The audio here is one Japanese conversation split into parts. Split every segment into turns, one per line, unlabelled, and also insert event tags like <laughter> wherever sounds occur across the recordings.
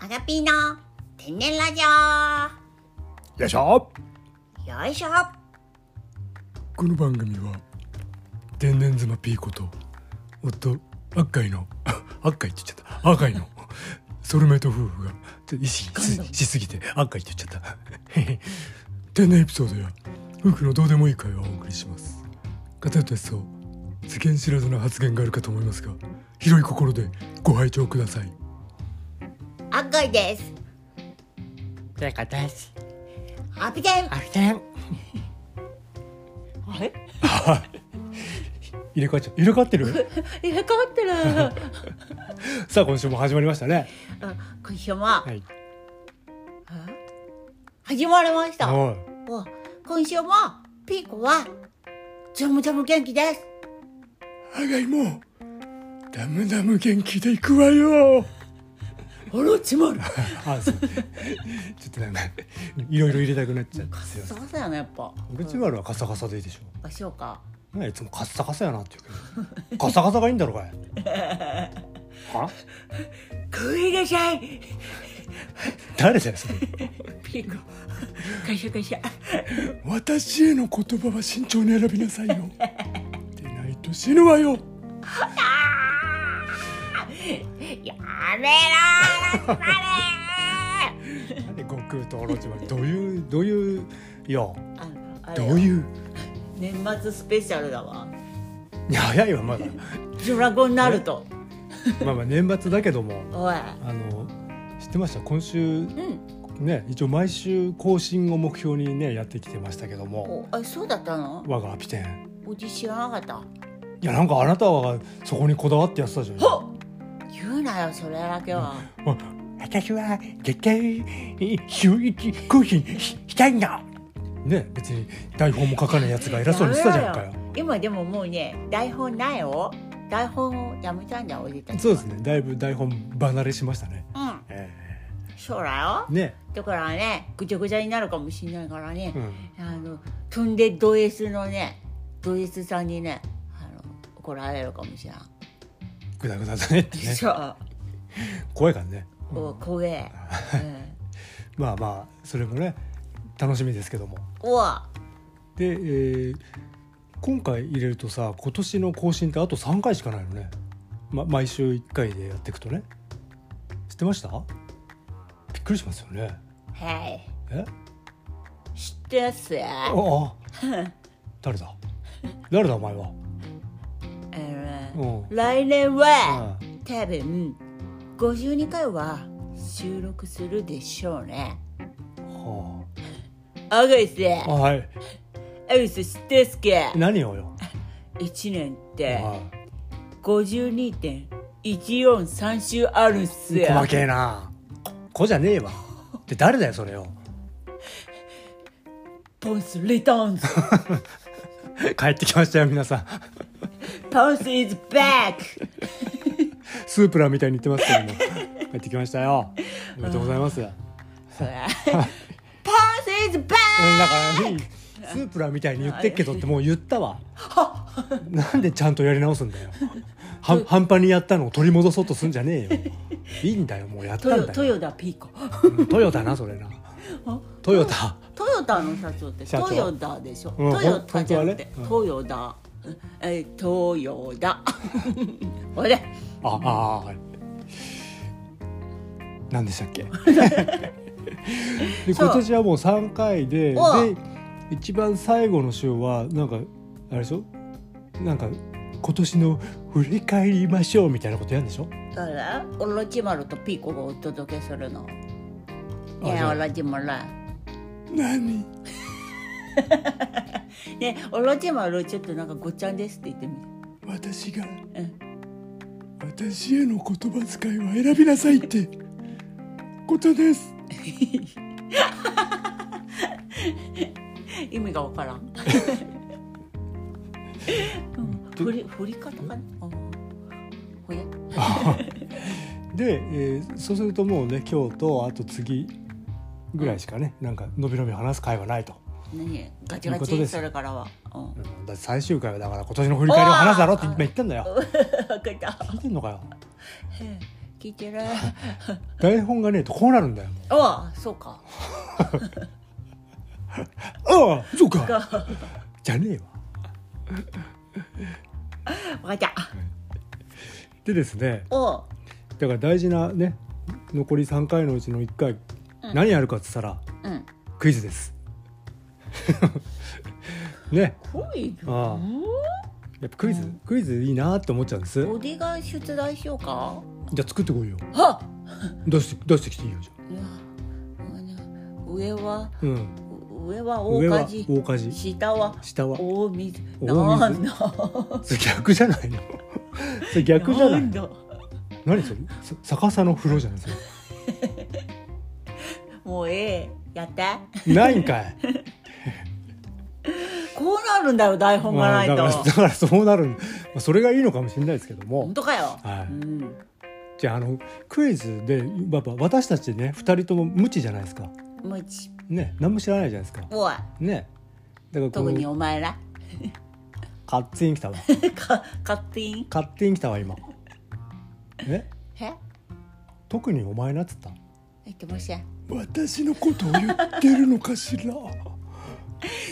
アガピーの天然ラジオ
よいしょ
よいしょ
この番組は天然妻ピーコと夫赤いの <laughs> 赤いって言っちゃった赤いのソルメイト夫婦がちょっと意識ししすぎて赤いって言っちゃった <laughs> へへ天然エピソードや夫婦のどうでもいい会話をお送りします片手そう世間知らずな発言があるかと思いますが広い心でご拝聴ください
赤いです
ということです。
ハピテン
あれ <laughs> あれ
<laughs> 入れ替わっちゃう入れ替わってる <laughs>
入れ替わってる
さあ今週も始まりましたね
うん今週もあ
はい
始まりましたお
おい
今週もピーコはジャムジャム元気です
あがいもダムダム元気で行くわよ
あらちまる
あそうちょっとなんかいろいろ入れたくなっちゃってすいません
そうだよねやっぱ
オルチマルはカサカサでいいでしょ
あそうか
なんかいつもカッサカサやなって言うけどカサカサがいいんだろかいは
食いなさい
誰だよそれ
ピーコ <laughs> カシャカシャ
私への言葉は慎重に選びなさいよでないと死ぬわよ
やめろーあれ
なんで悟空とオロチマルどういうどういういや
ーああれ
ど
よ
ういう
年末スペシャルだわ
いや早いわまだ
ドラゴンナルト
まあまあ年末だけども
おい
あの知ってました今週
うん
ね、一応毎週更新を目標にねやってきてましたけども
おあそうだったの
我がアピテン
うち知らなかっ
いやなんかあなたはそこにこだわってやってたじゃん
たほっ言うなよそれだけは
あ私は絶対え週一更新ししたいんだね別に台本も書かないやつが偉そうにしてたじゃんか
や
よ
めろよ今でももうね台本ないよ台本をやめたんだおじたち
そうですねだいぶ台本離れしましたね、
うん
え
そうだよ
えね
だからねぐちゃぐちゃになるかもしれないからね
う、ん
あのトゥンデドエスのねドエスさんにねあの怒られるかもしれん、
グダグダだねってね
そう
怖いからね
お怖え、うん、
まあまあそれもね楽しみですけども
おわ
で、えー今回入れるとさ今年の更新ってあと3回しかないのね、ま、毎週1回でやっていくとね知ってましたびっくりしますよね
はい
え
知ってやっすよ
あ <laughs> あ誰だ誰だお前は
あのね
うん
来年は
あ
多分52回は収録するでしょうね
は
あがいす
あ、はい
あいす知ってっすけ
何をよ、
1年って
は
52.143週あるっす
い、
よ
細けえな子じゃねえわで誰だよそれよ
ポンスリターンズ
帰ってきましたよ皆さん
ポンスイズバック
スープラみたいに言ってますけど <laughs> も帰ってきましたよおめでとうございます、
ポンスイズバッ
うんだからねスープラみたいに言ってっけどってもう言ったわなんでちゃんとやり直すんだよは半端にやったのを取り戻そうとすんじゃねえよいいんだよもうやっ
ク
たん
豊
だよ
豊田ピーコ
うんトヨタなそれなトヨタ
トヨタの社長って
社長
トヨタでしょ、
うん
トヨタじゃなくて、
ほん
トヨタえートヨ <laughs> タほれ
あああ何でしたっ
<laughs>
けで
そう
今年はもう3回でで
おう
一番最後の週はなんかあれでしょなんか今年の振り返りましょうみたいなことやるんでしょ
あらオロチマルとピーコがお届けするの
あ
ねえ
じゃあ
オロチマル
何
ねえオロチマルちょっとなんかごっちゃんですって言ってみ
私が
て、うん、
私への言葉遣いは選びなさいってことです
意味がわから
<laughs>
ん、うん、振り振り方かなうんほれ
で、えーそうするともうね今日とあと次ぐらいしかねなんかのびのび話す会はないと、
何ガチ
いう
ガ
ことで
チ
す
それからは、うん、
うん、だって最終回はだ
<laughs>
から今年の振り返りを話すだろって今言ったんだよ
分かった
聞いてんのかよ
聞聞いて <laughs> る
台本がねえとこうなるんだよ
ああそうか
ああそうかじゃねえわ
分かった
でですね
おう
だから大事なね残り3回のうちの1回、
うん
何やるかっつったら
うん
クイズです <laughs> ね
クイズ
ああやっぱクイズ、
うん
クイズいいなって思っちゃうんです
おでが出題しようか
じゃあ作ってこいよ
はっ
出して出してきていいよじゃ
いやあの上は
あうん
上は大
上は
火事
大火事
下は
下は
大水
大水
なんだ
それ逆じ
<laughs>
ゃないのそれ逆じゃない
んだ
何それさ逆さの風呂じゃないそれ
もうええやって
ないん
<laughs>
かい
こうなるんだよ台本がないと
まあだからだ <laughs> からそうなるんまあそれがいいのかもしれないですけども
本当かよ、
はい
うん
じゃああのクイズでやっぱ私たちね二人とも無知じゃないですか
もうちっ
ね何も知らないじゃないですか
ぽい
ねだからこ
特に
う
お前ら <laughs>
カッティン来たわ
か勝手に
カッティン来たわ <laughs> 今ね
え
特にお前なっつった
えっともしや
私のことを言ってるのか <laughs> しら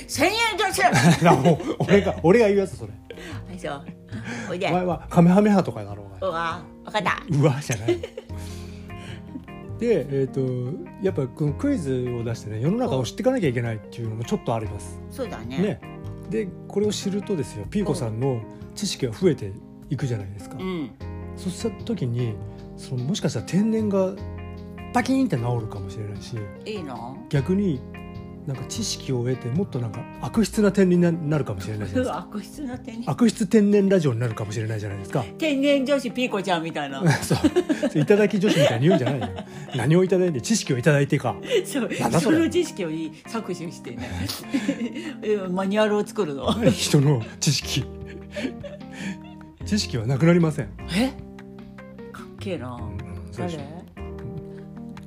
千円どうしようあ
もう俺が俺が言うやつそれ
そうおい
お
で
前はカメハメハとかだろうが
うわ分かった
うわじゃ <laughs> ない。で、えっ、とやっぱこのクイズを出してね世の中を知っていかなきゃいけないっていうのもちょっとあります。
そうだね
ね。でこれを知るとですよピーコさんの知識が増えていくじゃないですか
う。ん
そうした時にそのもしかしたら天然がパキーンって治るかもしれないし
いいの
逆になんか知識を得てもっとなんか悪質な天然にななるかもしれないじゃない
<laughs>
ですか。
悪質な天然
悪質天然ラジオになるかもしれないじゃないですか。
天然女子ピーコちゃんみたい
<laughs>
な
そういただき女子みたいに言うんじゃないよ <laughs> 何をいただいて知識をいただいてか
そう
なんだそ
そ
れ
の知識をいい搾取してねえマニュアルを作るの
人の知識 <laughs> 知識はなくなりません、
えかっけえな
そう
誰
でしょ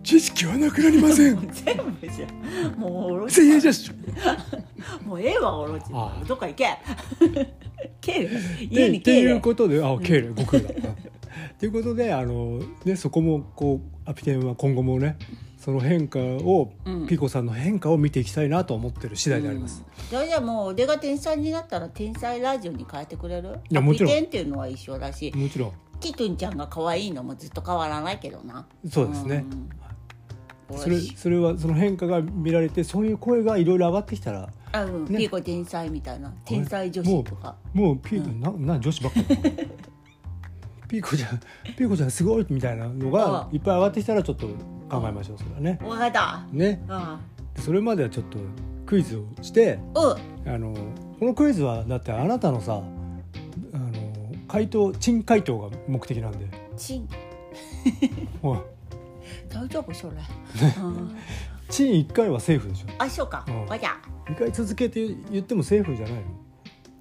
知識はなくなりませ
も
ん
う
<laughs>
全部じゃんもうおろち
千円じゃっし
もうええわおろち
ああ
どっか行 <laughs> けける家
で
に
って
け
いう
る
ことであ経理悟空だということであの、ね、そこもこうアピテンは今後もねその変化を、
うん
ピコさんの変化を見ていきたいなと思ってる次第であります、
それじゃあもう俺が天才になったら天才ラジオに変えてくれる
いやもちろん
ハッピーテンっていうのは一緒だし
もちろん
キトゥンちゃんが可愛いのもずっと変わらないけどな
そうですね、
ん
それそれはその変化が見られてそういう声がいろいろ上がってきたら
あうん、
ね
ピーコ天才みたいな天才女子とか
もうピーコ、なな女子ば
<laughs>
っかりだなピーコちゃんピーコちゃんすごいみたいなのが
あ
いっぱい上がってきたらちょっと考えましょうそれはね
分かった
ね
あ
それまではちょっとクイズをして
あうん
あのこのクイズはだってあなたのさあの回答珍回答が目的なんで
チン
おい
大丈夫それ、うん
珍1回はセーフでしょ
あそうか
うん
わじゃ
2回続けて言ってもセーフじゃない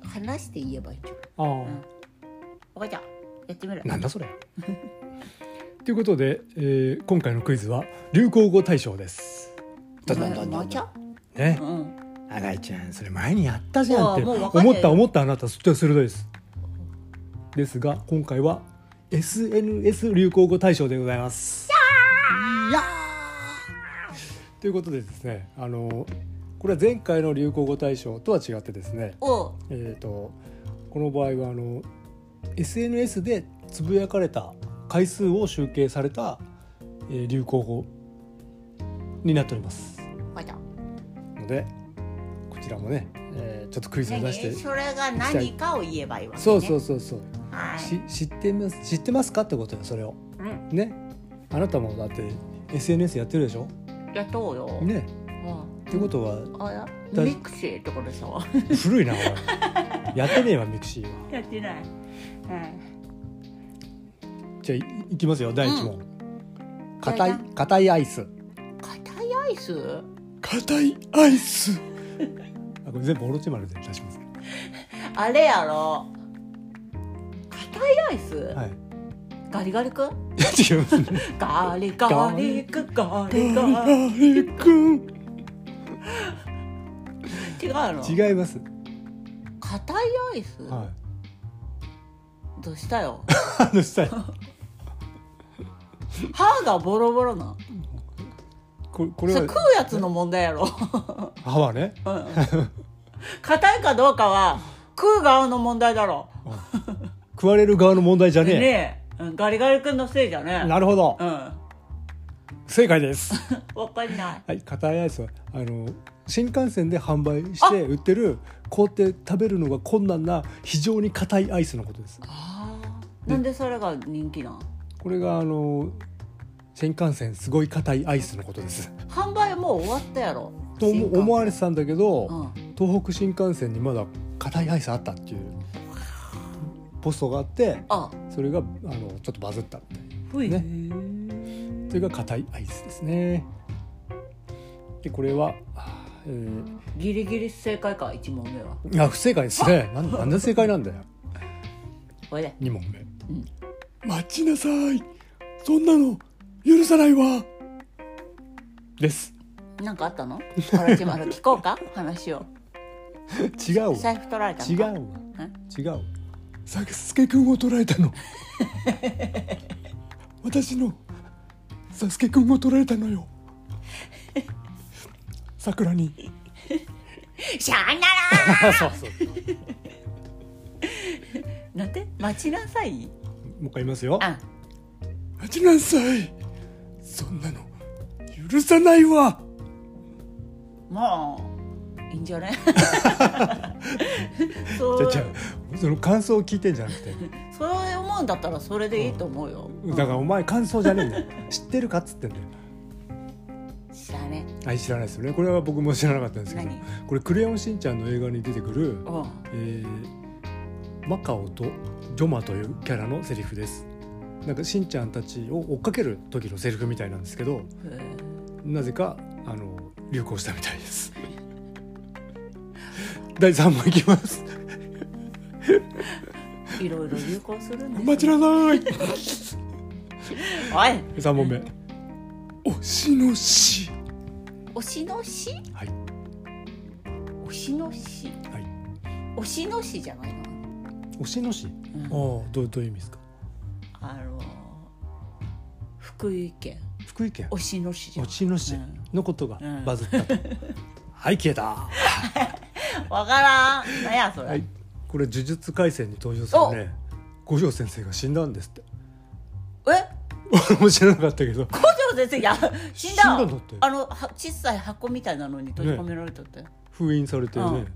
あ話して言えばいいじ
のああ、
ゃんわじゃあやってみる
なんだそれ <laughs> ということで、えー今回のクイズは流行語大賞です。どんどんどんど
も
ん
うちょ
ね
う、ん
新井ちゃんそれ前にやったじゃんって
ああもう分かんない
思った思ったあなたすっと鋭いです。ですが今回は SNS 流行語大賞でございます。いやーということでですねあのこれは前回の流行語大賞とは違ってですね
おう
えー、とこの場合はあの SNS でつぶやかれた回数を集計された、えー流行語になっております
わじゃあ
のでこちらもね、えーちょっとクイズを出して、
何それが何かを言えばいいわけ、ね、
そうそうそうそう、
はい
し知ってます知ってますかってことよそれを
うん
ねあなたもだって SNS やってるでしょ
やっとうよ、
ね
うん
ってことは
あや
だ
ミクシーってことさ
古いなおいやってねえわミクシーは
<laughs> やってない、うん、
じゃあいいきますよ第1問硬、
はい
い硬いアイス
硬いアイス
硬いアイスあこれ全部オロチマルで出します
あれやろ硬いアイス、
はい <laughs>
ガリガリ君
違いますね
ガリガリ君ガリガ
ガ
リ
リ君
違うの
違います
硬いアイス、
はい
どうしたよ
あのしたい
歯がボロボロなん
ここ
そ
れ
れ
は
食うやつの問題やろ
歯はね
硬いかどうかは食う側の問題だろ
食われる側の問題じゃねえ
ねえうんガリガリ君のせいじゃね
なるほど
うん <laughs>
正解です
わかんない
はい、硬いアイスはあの新幹線で販売して売ってる凍って食べるのが困難な非常に硬いアイスのことです
あーなんでそれが人気なん
これがあの新幹線すごい硬いアイスのことです
販売もう終わったやろ
と思思われてたんだけど、
うん
東北新幹線にまだ硬いアイスあったっていうポストがあって
あ
それがあのちょっとバズったみたい
ふい、
ね
ね、
それが硬いアイスですねでこれは、えー
ギリギリ正解か1問目は
あ不正解ですねなんなんで正解なんだよ
これで
2問目、
ん
待ちなさいそんなの許さないわです
なんかあったのパラチマル聞こう
<laughs>
か話を
違うわ
財布取られたの
違う
か
わ
え
違うサスケくんを捉えた <laughs> の私のサスケくんを捉えたの <laughs> よ桜に
しゃあなら
あそうそう
なんて待ちなさい
もう一回言いますよ
あ
待ちなさいそんなの許さないわ
もういいん
<laughs>
じゃないそ
じゃ
う
あじゃあその感想を聞いてんじゃなくて
そう思うんだったらそれでいいと思うよ、うん
だからお前感想じゃねえんだよ知ってるかっつってんだよ
知らね
あ知らないですよねこれは僕も知らなかったんですけど
何
これ「クレヨンしんちゃん」の映画に出てくる、
うん
えーマカオとジョマというキャラのセリフですなんかしんちゃんたちを追っかける時のセリフみたいなんですけど
へえ
なぜかあの流行したみたいです <laughs> 第3問いきます
いろいろ流行するんです
待ちなさい
おい
3問目推しのし
推しのし
はい
推しのし
はい
推しのしじゃないの、
推しのし
うん
ああどうどういう意味ですか
あの福井県
福井県
推しの市じゃん
推しのし
うん
のことが
うん
バズった <laughs> と、はい消えた
わからんなんやそれ、
はいこれ呪術廻戦に登場するね五条先生が死んだんですって <laughs>
え
俺も知らなかったけど
五条先生や死んだわ
死んだんだって
あのは小さい箱みたいなのに閉じ込められたって、
封印されてね、
うん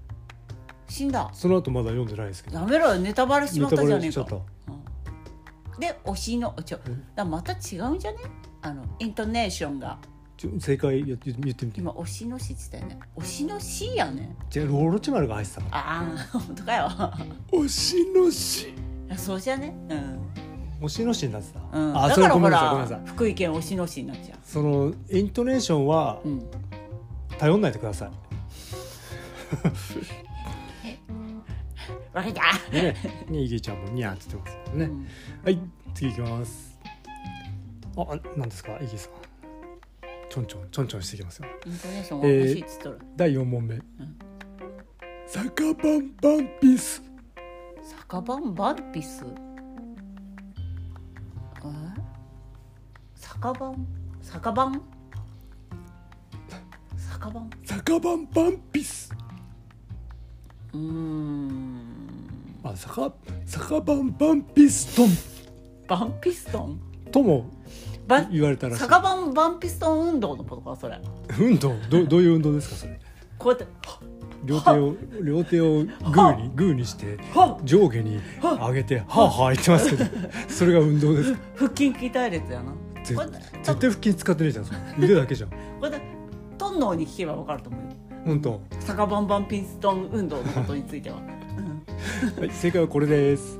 死んだ
その後まだ読んでないですけど
やめろよネタバレし
ネ
まった
タバ
じゃ
レ
ねえ
しちゃ
か
った
うんで推しのちょだか
ん
らまた違うんじゃねあのイントネーションが
ちょ正解言って言ってみて
今推しの市って言ったよね推しの市やね
じゃあオロチマルが入ってたの
ああ <laughs> 本当かよ
推しのし
そうじゃねうん
推しのしになってた、
うん、
あ
だ
そ
か
れ
ら
ごめ
ほ
んなさいごめんなさ
ら
い
福井県推しの市になっちゃ
そのイントネーションは
う、うん、
頼んないでくださ
わかった、
いねねイギーちゃんもニャーって言ってますけどね、
うん
はい、次行きます。あ、あなんですか、イギーさん。ちょんちょん、ちょんちょんしていきますよ。
イントネーションおかしいっつっとる、
第四問目。酒パンパンピース。
酒番バンピスえ酒番酒番酒番
酒パンパンピース。
うーん
あ、酒、酒パンパンピースト
バンピストン
ン。とも
バン
言われたらしい
酒。番バンピストン運動のことかそれ
運動、どう、どういう運動ですか、それ。
こうやっては
両手を、両手をグーに、グーにして。
は
上下に上げて、はあはあ言ってますけど。それが運動です。
腹筋鍛えるやつやな
ぜ
こうやって
絶対腹筋使ってねえじゃん、それ腕だけじゃん。
これでトンノーに聞けば分かると思うよ
本当。
酒バンバンピストン運動のことについては
はい、正解はこれです。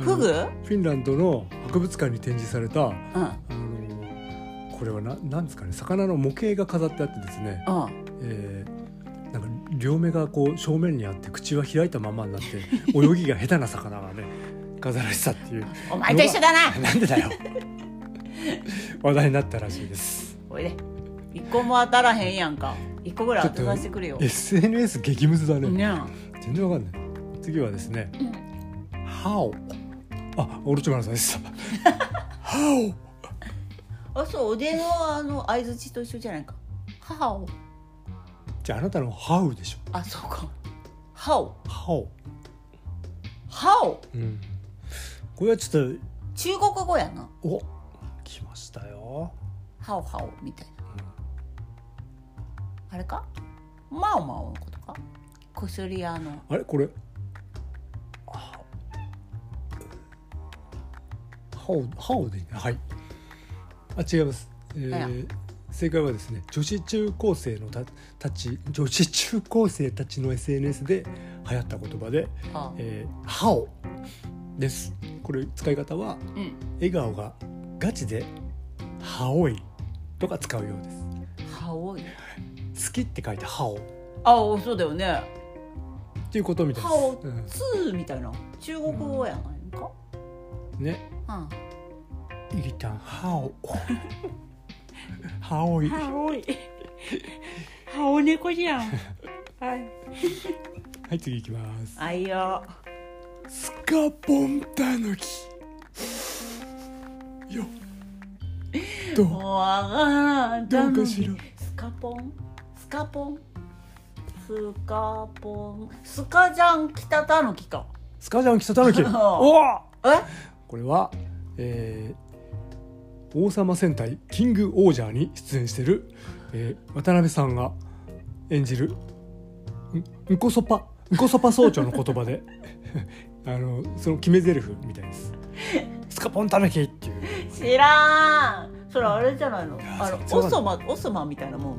フグ
あのフィンランドの博物館に展示された、あ
うん
の、これはな、なんですかね、魚の模型が飾ってあってですね。
うん
えーなんか両目がこう正面にあって口は開いたままになって泳ぎが下手な魚がね飾られてたっていう
お前と一緒だな
<laughs> なんでだよ話題になったらしいです
おいで一個も当たらへんやんか一個ぐらい当てさせてくれよ
SNS 激ムズだね
ね
全然わかんない次はですね「ハオ」あオルチマラさんでした「ハオ」
あそうおでんはあの相づちと一緒じゃないか母を
<laughs> じゃああなたのハウでしょ
あそうか歯を
ハオ
歯を
うんこれはちょっ
中国語やな
とお来ましたよ
歯を歯をみたいな、あれかマオマオのことかこすり屋の
あれこれハオハオでいいねはいあ違います、えー正解はですね女子中高生のたたち女子中高生たちの SNS で流行った言葉で
あ
「えー、ハオ」ですこれ使い方は
うん
笑顔がガチで「ハオイ」とか使うようです
歯多い
好きって書いて「ハオ」っ
あそうだよね
ていうことみたいで
歯
す
を
うん
ツーみたいな中国語やないの
ね
かうん
イギタンハオ <laughs> ハオイは
おい。はお猫じゃん。はい。
い次いきます
あいよ
スカポンタヌキよどう
もうわからん
どうかしら
スカポンスカポンスカポンスカジャン北たぬきか
スカジャン来たタヌキ <laughs> おお
え
これは、えー王様戦隊キングオージャーに出演している、えー渡辺さんが演じるんんこそぱんこそぱ総長の言葉で <laughs> あのその決め台詞みたいですスカポンタヌキっていう
知らんそれあれじゃないの
や
あの
そう
オ
なんだ
ソマオソマみたいなもん、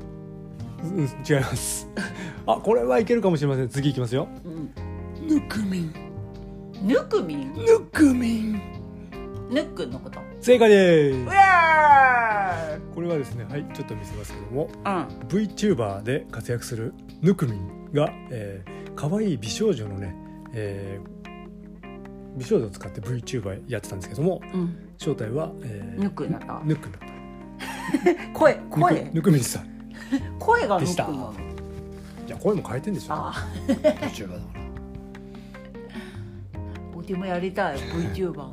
うん違いますあこれはいけるかもしれません次いきますよ
うん、
ぬくみん
ぬくみん
ぬくみん
ぬっくんのこと
正解です
うえ
これはですねはいちょっと見せますけども
ー
VTuber で活躍するぬくみんが、えー、可愛い美少女のね、えー美少女を使って VTuber やってたんですけども
うんうん
正体は、えー
ぬくになった
ぬくだった
声
ぬ
声
くぬくみんさん
声がぬ
で
く
し
んな
た
の
いや声も変えてんでしょ
あ
VTuber だから
おでもやりたい VTuber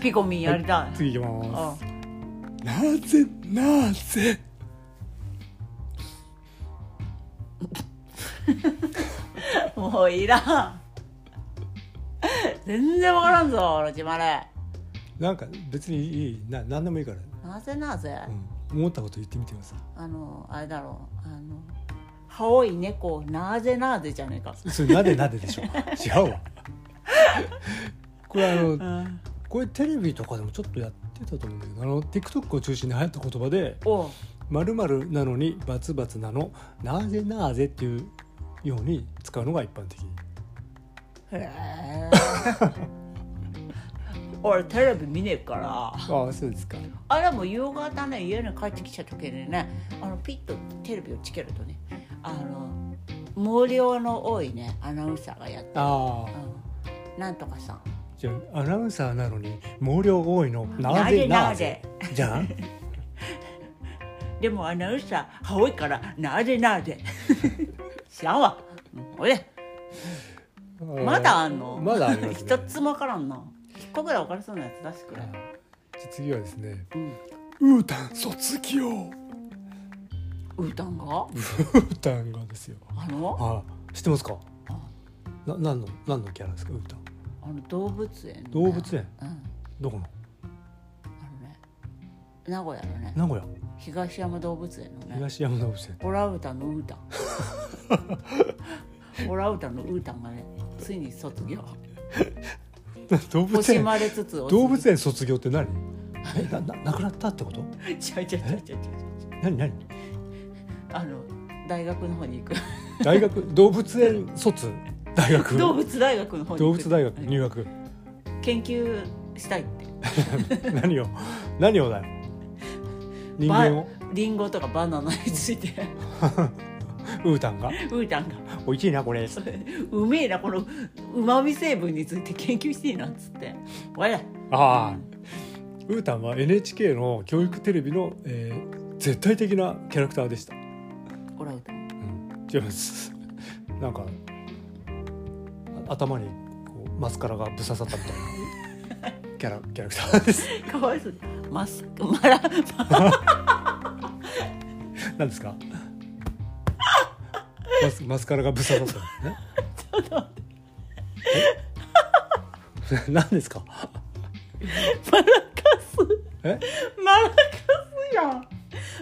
ピコミンやりたい、
次いきま
あ
すなぜなぜ
もういらん全然わからんぞロチマレ
なんか別にいいな何でもいいから、
なぜなぜ、
うん、思ったこと言ってみてくださ
あのあれだろうあの羽織猫なぜなぜじゃねえか
いそれなでなででしょ <laughs> 違うわこれあの、
うん
これテレビとかでもちょっとやってたと思うんだけどあの TikTok を中心に流行った言葉で
おう
「まるなのにバツバツなのなぜなぜ」っていうように使うのが一般的
へえ <laughs> 俺テレビ見ねえから
ああそうですか
あれも夕方ね家に帰ってきた時にねあのピッとテレビをつけるとねあの毛量の多いねアナウンサーがやって
あ
う
あ
んなんとかさん
じゃあアナウンサーなのに毛量多いのなぜな
な
ぜ
ぜ
じゃん
でもアナウンサー羽織からなぜなぜ <laughs> 知らんわうんおいでまだあんの
<laughs> まだありますね
一つも分からんな一個ぐらい分からそうなやつ出してくれ
じゃあ次はですね
うん
「ウータン卒業」
うーたんが
ウータンがですよ
あの
あ知ってますか
あ
な何の何のキャラですかウータン
あの動物園のね
動物園
うん
どこの
あのね名古屋のね
名古屋
東山動物園のね
東山動物園
オラウータンのウー <laughs> タンオラウータンのウータンがねついに卒
<laughs>
業
動
惜
物
し
園
まれつつお
動物園卒業って何えなななくなったってこと
<laughs> ちゃいちゃいちゃいちゃいちゃい
何何
あの大学の方に行く
大学 <laughs> 動物園卒大学
動物大学の方に行
動
く
物大学
うん
入学
研究したいって
何を何をだよ人間を
バリンゴとかバナナにつ
<laughs>
いて
ウータンが
ウータンが
「おいしいなこれ」
「うめえなこのうまみ成分について <laughs> 研究していいな」っつって「わら
ああウータンは NHK の教育テレビの、えー絶対的なキャラクターでした
オラウータン
違います <laughs> なんかあ頭にこうマスカラがぶささったみたいなキャラキャラクターです
かわいそうまっすぐまら
何ですかマスマスカラがぶっ刺さったねちょっと待って何ですか
マラカス
え
マラカスやん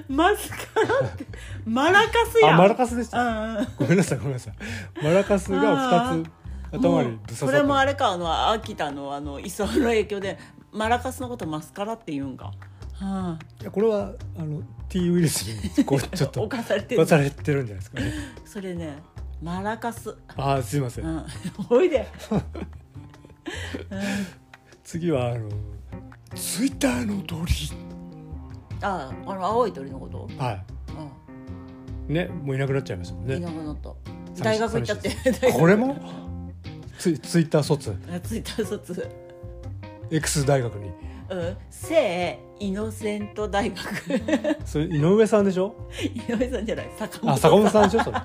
マスカラってマラカスやん
あマラカスでした
うんうん
ごめんなさいごめんなさいマラカスが二つ頭にぶっ刺さ
そ
っ
れ
た
もあれかあの秋田のあの磯の影響でマラカスのことマスカラって言うんか、はい
やこれはあの T ウイルスにこうちょっと
犯されてる
犯されてるんじゃないですかね
それねマラカス
あーすいません、
うん <laughs> おいで
次はあのツイッターの鳥
ああの青い鳥のこと、
は
う
いねもういなくなっちゃいましたもん
ん、いな
ね
くなった
しい
大学行っちゃって <laughs> 大学
これもツイツイッター卒
あツイッター卒
X 大学に
うん聖イノセント大学 <laughs>
それ井上さんでしょ
井上さんじゃない坂本
あ坂本さんでしょそれ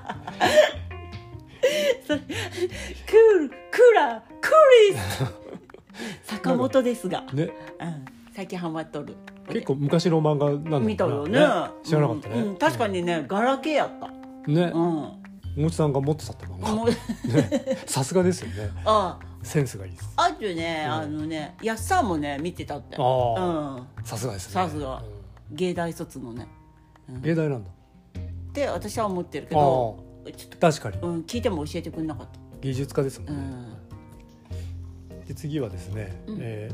クールクラクリ
<laughs>
ス坂本ですが、
ね
うん、最近ハマっとる
結構昔の漫画なんだろうな
見たよね
知らなかったね、
うんうん確かにねガラケーやった
ね
うん
おもちさんが持ってたって漫画
もう
ねさすがですよね
あ
センスがいいです
あとね、
うん
あのねやっさんもね見てたって
あー
うん
さすがですね
さすが
う
芸大卒のね
ん芸大なんだ
って私は思ってるけ
ああ
どちょっ
確かに
と、うん、聞いても教えてくれなかった
芸術家ですもん
う
ね、
ん
で次はですね、
うん
え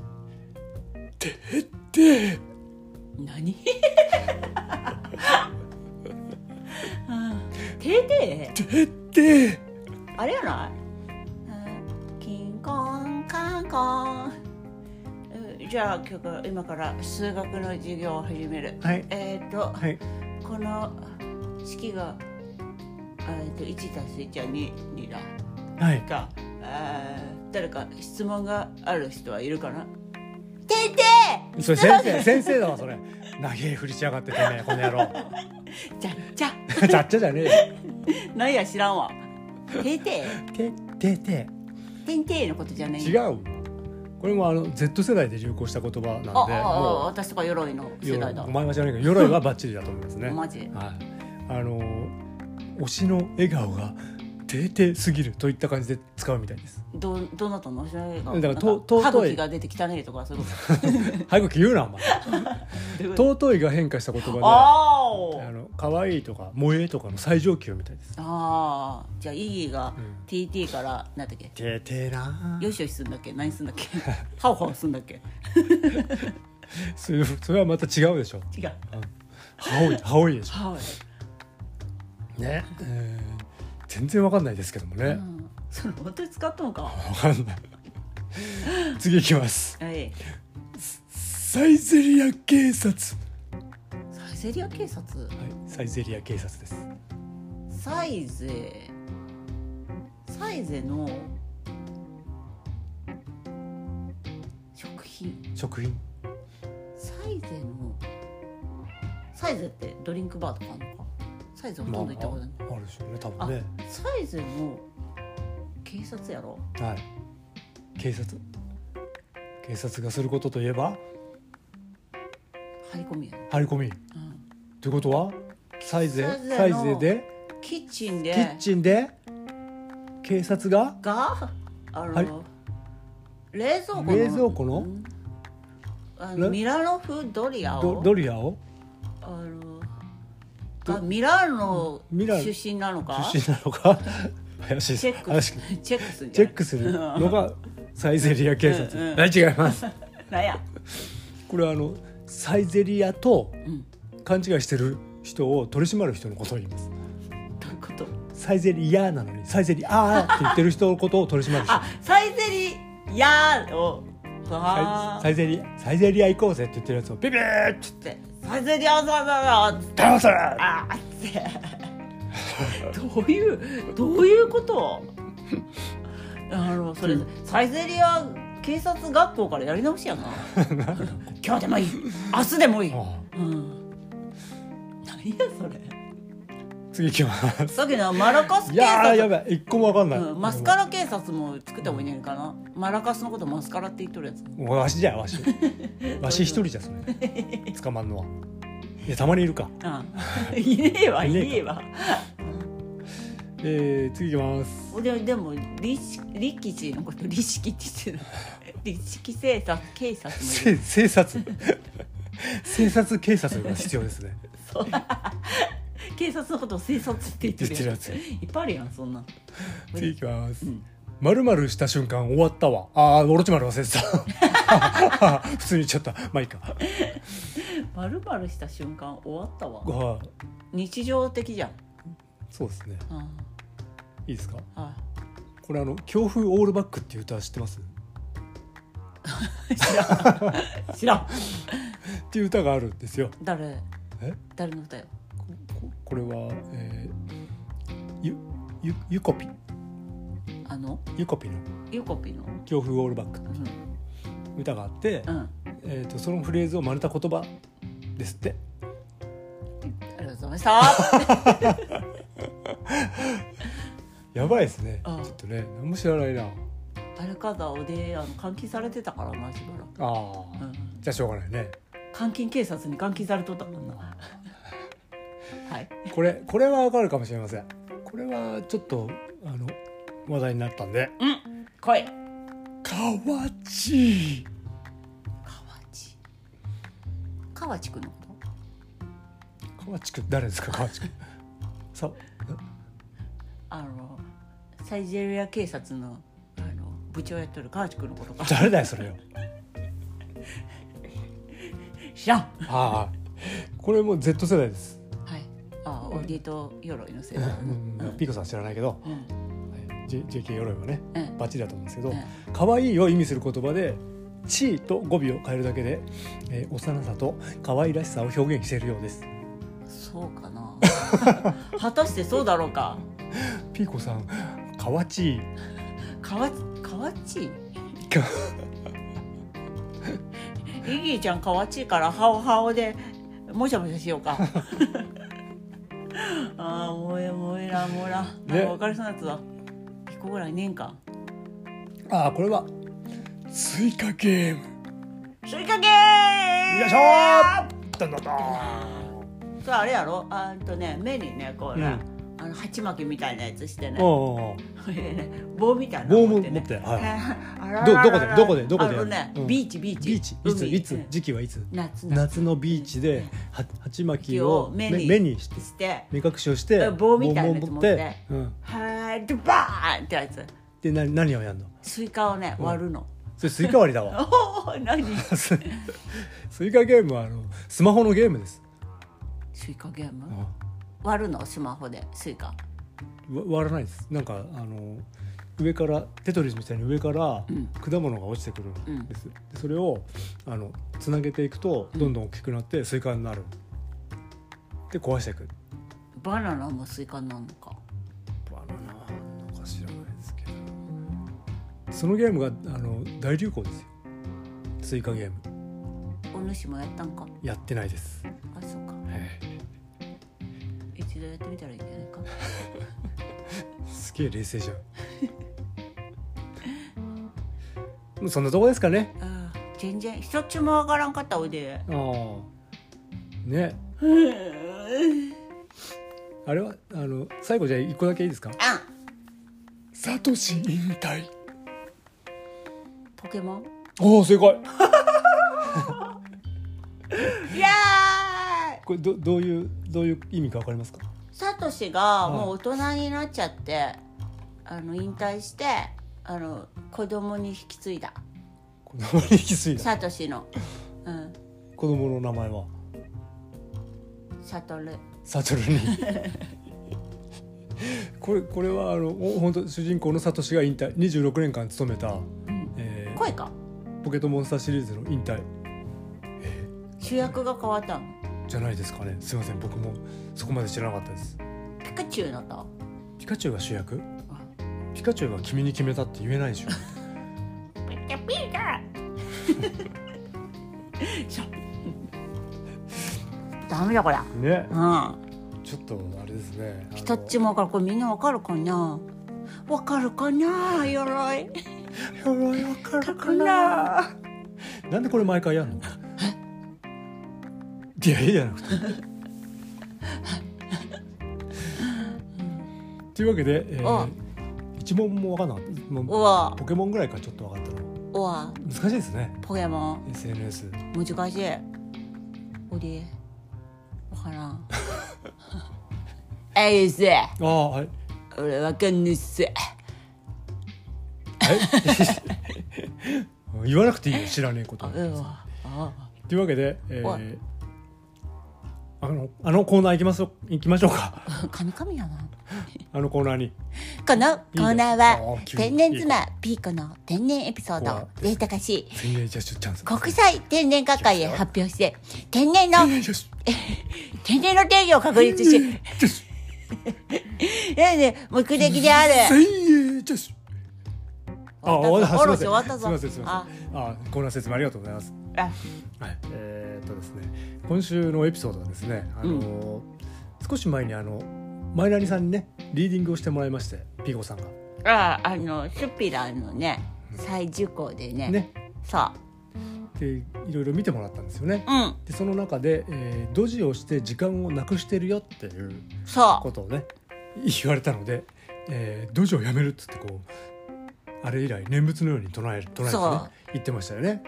ーてって <laughs>
何 <laughs> うんてーてー
てって
あれやないうんキンコンカンコンうんじゃあ今日から今から数学の授業を始める
はい
えっ、ー、と、
はい
この式がえっ、と1たす1は 2, 2だ
はい
かあー誰か質問がある人はいるかな先
それ先生先生だわそれ長え振りしやがっててねこの野郎
生じゃじゃ
ちゃっちゃじゃねえよ
なんや知らんわてて <laughs>
てってて
てんてのことじゃない
違うこれもあの Z 世代で流行した言葉なんで
あああ
もう
私とか鎧の世代だ
お前は知らないけど鎧はバッチリだと思いますね
マジ
はい、あの推しの笑顔がててすぎるといった感じで使うみたい
<laughs>
です
どどなたのお知らせが
だから
なん
と尊い
歯茎が出てきたねとかそういうこ
早く言うなお前
と
尊いが変化した言葉
あ
であ
ー
の可愛いとか萌えとかの最上級みたいです
あーじゃあイギーが
うん
TT から何だっけ
ててな
よしよしすんだっけ何すんだっけハオハオすんだっけ
それそれはまた違うでし
<laughs>
ょ
違う
羽織羽織でし
はい、 <laughs>
ょね、えー全然わかんないですけどもね、
うん、それ本当に使ったのか
わかんない次いきます
はい
サイゼリア警察
サイゼリア警察
はいサイゼリア警察です
サイゼサイゼの食品
食品
サイゼのサイゼってドリンクバーとかあるのかサイゼほとんど行ったことない、
まああるでしょうね多分ね
サイゼの警察やろ
はい警察警察がすることといえば
張り込みや、
張り込み
うん、
ということはサイゼ
サイゼの
サイゼで
キッチン
キ
で
ッチンで警察が
があの、
はい
冷蔵庫の
冷蔵庫の
うんあ
ら
のミラノ風ドリア
ド
を
ドリアを
あの
ど
がミラノ
ミラノ
出身なのか
出身なのか怪しい
チ
で
ェッ
す怪
ク
しい
チェックするんじ
チ
ゃ
ェ
な
ッ
い
クするのがサイゼリア警察
うんうん
はい違います
なんや、
これはあのサイゼリアと
うん、
勘違いしてる人を取り締まる人のことを言います
どういうこと
サイゼリアなのにサイゼリアーって言ってる人のことを取り締まる人
あサイゼリヤーを
サ
わー
イサイゼリサイゼリア行こうぜって言ってるやつをビビーって
ってサイゼリヤーさんだなっつって
倒せ
あーってどういうどういうことあのそれサイゼリア警察学校からやり直しやな今日でもいい明日でもいい、うん、何やそれ
次いきます
さっきのマラカス
い
警
やー
察
やばい一個もわかんない、
うん、マスカラ警察も作った方がいいんじゃないかな、マラカスのことマスカラって言っとるやつ <laughs>
もうわしじゃんわしわし一人じゃんそ
<laughs>
れ捕まんのはいやたまにいるか
ああいねえわい
いねえか
ねえわ
えー、次いきます
ででもリシリキチのことリシキって言って <laughs> るリシキ警察警察もい <laughs>
せ警察警察警察が必要ですね
る警察のことを警察って言ってるやつ
言っ
いっぱいあるやんそんなん
次いきます
うん
まるまるした瞬間終わったわあーオロチマル忘れ
<laughs>
てた <laughs> 普通に言っちゃったまあいいか
まるまるした瞬間終わったわ
あー
日常的じゃん、
そうですね
うん
いいですか
あ
これあの「強風オールバック」っていう歌知ってますっ
あ知らん
ていう歌があるんですよ
誰
え
誰の歌よ
ここれは、えー、ゆゆゆこぴ
あの
ゆこぴの
ゆこぴの
「強風オールバック
う」ん
歌があって、
うん
えー、とそのフレーズを真似た言葉ですって
ありがとうございま <laughs> した。
やばいですねち
あ
ょっとね何も知らないな
バルカザオであの監禁されてたからなしばら
あ
く、う
ー
ん、
じゃあしょうがないね
監禁警察に監禁されとった <laughs> もんな。はい。
これこれはわかるかもしれませんこれはちょっとあの話題になったんで
来い。
「河内
河内。河内くんのこと。」
河内くん誰ですか河内くんさ
あのサイジェリア警察のあの部長やっとる河内くんのことか。
誰だよそれよ
知らん。
ああこれも Z 世代です、
はい。あ、オディと鎧のせいだ。
う
うん。
ん、ピコさん知らないけど、
うん。うん。
J- JK 鎧はね
うん
バッチリだと思うんですけど「可愛いを意味する言葉で「地位」と語尾を変えるだけで、えー幼さと可愛らしさを表現しているようです
そうかな。果たしてそうだろうか。
ピーコさん河内
河内河内。イギーちゃんかわちいからハオハオでもしゃもしゃしよう
<laughs>
かああもえもえらもらなんか
ね
分かりそうなやつだ一個ぐらいねえんか
ああこれは「追加ゲーム
追加ゲ」ー
よいしょーどんどんどん
それあれやろあーんとね目にねこうね、あの鉢巻きみたいなやつしてねこ
おうおうお
れ
う
でね棒みたいな
棒
の
も
持って
持
ね
って、は
<laughs> あら
い、ど
ら
ど
らら
こで
ら
どこでどこで
あ
や
の
る
ね、
うん
ビーチビーチ
ビーチいつ
海
いつ
うん
時期はいつ
夏
夏のビーチでは鉢巻きを
目
目
に
目にして
して
目隠しをして
棒みたいなやつ持って
棒をうん、
はいでバーンってやつ
でな何をやるの
スイカをね割るの、
それスイカ割りだわ
おお
<laughs>
何
ススイカゲームはあのスマホのゲームです。
スイカゲーム割るのスマホでスイカ
わ割らないです。なんかあの上からテトリスみたいに上から果物が落ちてくるんです。でそれをあのつなげていくとどんどん大きくなってスイカになる。で壊していく。
バナナもスイカになるのか
バナナなんか知らないですけど。そのゲームがあの大流行ですよ。スイカゲーム
お主もやったんか
やってないです。
あそうか一度やってみたらいいんじゃないか
すげえ冷静じゃん。もうそんなとこですかね。
ああ全然一つもわからんかったおいで
ああねあれはあの最後じゃあ一個だけいいですか
あ
サトシ引退
ポケモン
おお正解
いやー
これどどういうどういう意味かわかりますか
サトシがもう大人になっちゃって、あの引退してあの子供に引き継いだ
子供に引き継いだ
サトシのうん
子供の名前は
サトル
サトルにこれこれはあのお本当主人公のサトシが引退26年間勤めた、えー
声か
ポケットモンスターシリーズの引退
主役が変わったの
じゃないですかねすいません僕もそこまで知らなかったです
ピカチュウだった
ピカチュウが主役ピカチュウが君に決めたって言えないでしょ
ピカピカダメだこりゃ
ね
<laughs> うん
ちょっとあれですねあの
北っちもからこれみんなわかるかなわかるかな鎧
鎧わかる
か <laughs> な
なんでこれ毎回やるのいやいやじゃなくてというわけで、え
う
ー
ん、
一問もわかんなかった
お
もう
わ
ポケモンぐらいからちょっとわかったの
おわ
難しいですね
ポケモン
SNS
難しいおりわから <laughs> んえいぜ
ああはい
俺わかんねっせ
はい言わなくていいよ知らねえこと
あうわあ
というわけで、え
おい
ー、あのあのコーナー行きます行きましょうか <laughs>
カミカミやな
あのコーナーに
このコーナーは
あ急に
天然妻ピーコの天然エピソードデータ化し
全然じゃあちょチャンス
国際天然学会へ発表して天然の
よし
天然の定義を確立し
よし
ねね目的である
全員じゃしあ終わった
おろし終わった
すみ
ぞ
ませんすみませんあコーナー説明ありがとうございます
あ
はい、えーっとですね今週のエピソードはですねあのー、少し前にあのマイナリさんにねリーディングをしてもらいましてピーコさんが
ああのスピラのね再受講でね
ね
そ
でいろいろ見てもらったんですよね
ううん
でその中で、えー、ドジをして時間をなくしてるよっていう
そ
ことをね言われたので、えー、ドジをやめるっつってこうあれ以来念仏のように唱える唱えて
そう
ね言ってましたよね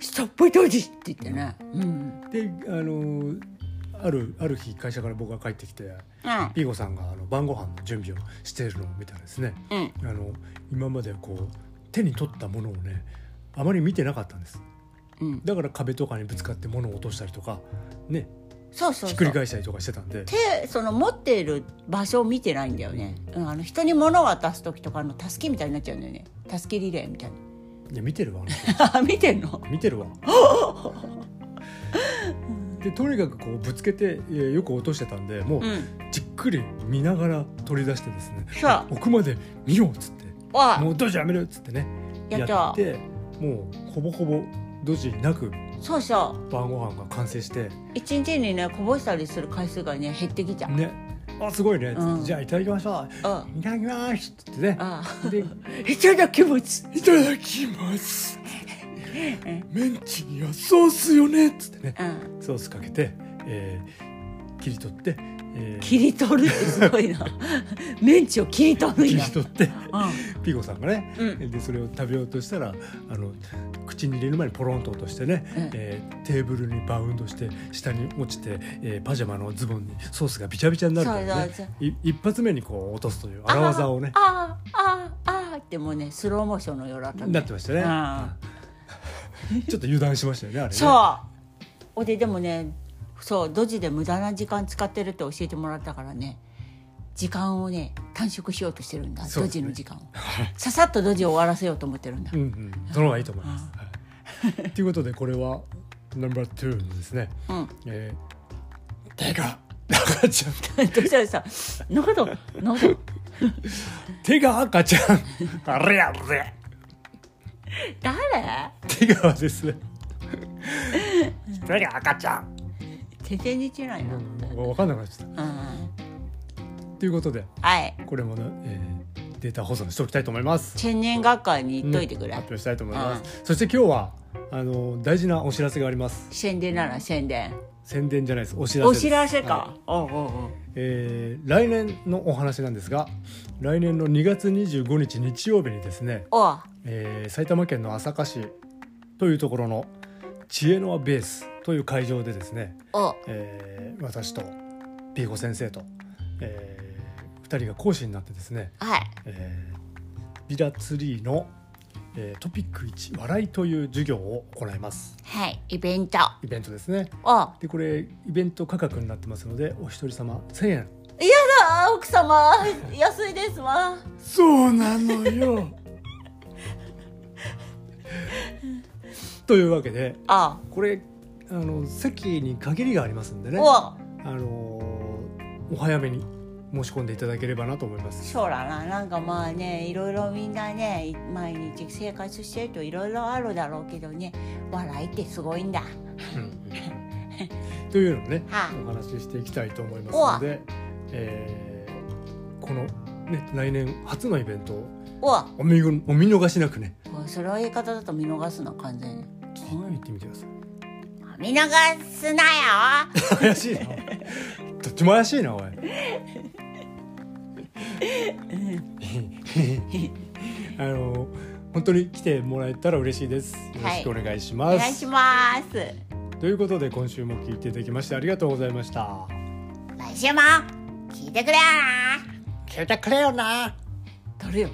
うストップドジって言ってねうんうん
であのーあるある日会社から僕が帰ってきてピーゴさんがあの晩ご飯の準備をしているのを見たんですね
うん
あの今までこう手に取ったものをねあまり見てなかったんです
うん
だから壁とかにぶつかって物を落としたりとかね
そうそう
ひっ
そ
くり
う
返したりとかしてたんで
手その持っている場所を見てないんだよね、うん、あの人に物を渡す時とかの助けみたいになっちゃうんだよね助けリレーみたい
いや見てるわあの人
な <laughs> 見てんの
見て
<laughs>
るわでとにかくこうぶつけてえーよく落としてたんでもう
うん
じっくり見ながら取り出してですね
さ
奥まで見ようっつって
あわ
もうドジやめるっつってね
やった
ってもうほぼほぼドジなく
そうそう
晩ご飯が完成して
一日にねこぼしたりする回数がね減ってきちゃう、
ねあすごいね、
うん
じゃあいただきましょ
うんあ
ういただきますっつってね
あ <laughs>
で
いただきます
いただきます
<laughs>
メンチにはソースよねっつってね
うん
ソースかけて、えー切り取って、えー
切り取るってすごいな <laughs> メンチを切り取る
切
ん
り
や <laughs>
取って
う
ピーコさんがね、
んうん
でそれを食べようとしたらあの口に入れる前にポロンと落としてね、
うん
えーテーブルにバウンドして下に落ちて、えーパジャマのズボンにソースがびちゃびちゃになるからね
そうそう
い一発目にこう落とすという荒技
<laughs>
をね
あーあーあーってもうねスローモーションのようだったね
なってましたね、
うん
ちょっと油断しましたよねあれね
そうおででもねそうドジで無駄な時間使ってるって教えてもらったからね時間をね短縮しようとしてるんだ、
そう
ド
です
ジ
ね
の時間をささっとドジを終わらせようと思ってるんだ、
うんうんその方がいいと思います。はいということでこれはナンバー2のですね、
うん
えー、手が <laughs> 赤ちゃん
どうしたらさなことなこと
手が赤ちゃんあれやあれ
誰
手がですね手が赤ちゃん
全然似てないな、うん
分かんなくなっちゃったということで
はい
これもね、えー、データ保存しておきたいと思います
千年学会に行っといてくれ、
発表したいと思います、そして今日はあの大事なお知らせがあります
宣伝なら宣伝
宣伝じゃないですお知らせ
お
です
知らせ
はい
か、おうおうおう
えー来年のお話なんですが来年の2月25日日曜日にですね、
おう
えー埼玉県の朝霞市というところの知恵の輪ベースという会場でですね、
おう
えー私とピーコ先生と、え2人が講師になってですね、
はい
えービラツリーの、えートピック1笑いという授業を行います
はいイベント
イベントですね
おう
でこれイベント価格になってますのでお一人様1000円
いやだ奥様安いですわ
そうなのよ。 <laughs> というわけで
あ
これあの席に限りがありますんでね
おお
あのお早めに申し込んでいただければなと思います。
そうだななんかまあねいろいろみんなねい毎日生活してるといろいろあるだろうけどね笑いってすごいんだ
という <laughs> のをね
はい
お話ししていきたいと思いますので、えーこの、ね、来年初のイベントを
うわ
お見お見逃しなくね
それは言い方だと見逃すな完全に
行ってみてください。
見逃すなよ
怪 <laughs> しいなどっちも怪しい <laughs> なおいあの本当に来てもらえたら嬉しいですよろしくお願いします,、
お願いします
ということで今週も聞いていただきましてありがとうございました
来週も聞いてくれよな
聞いてくれよな
誰よ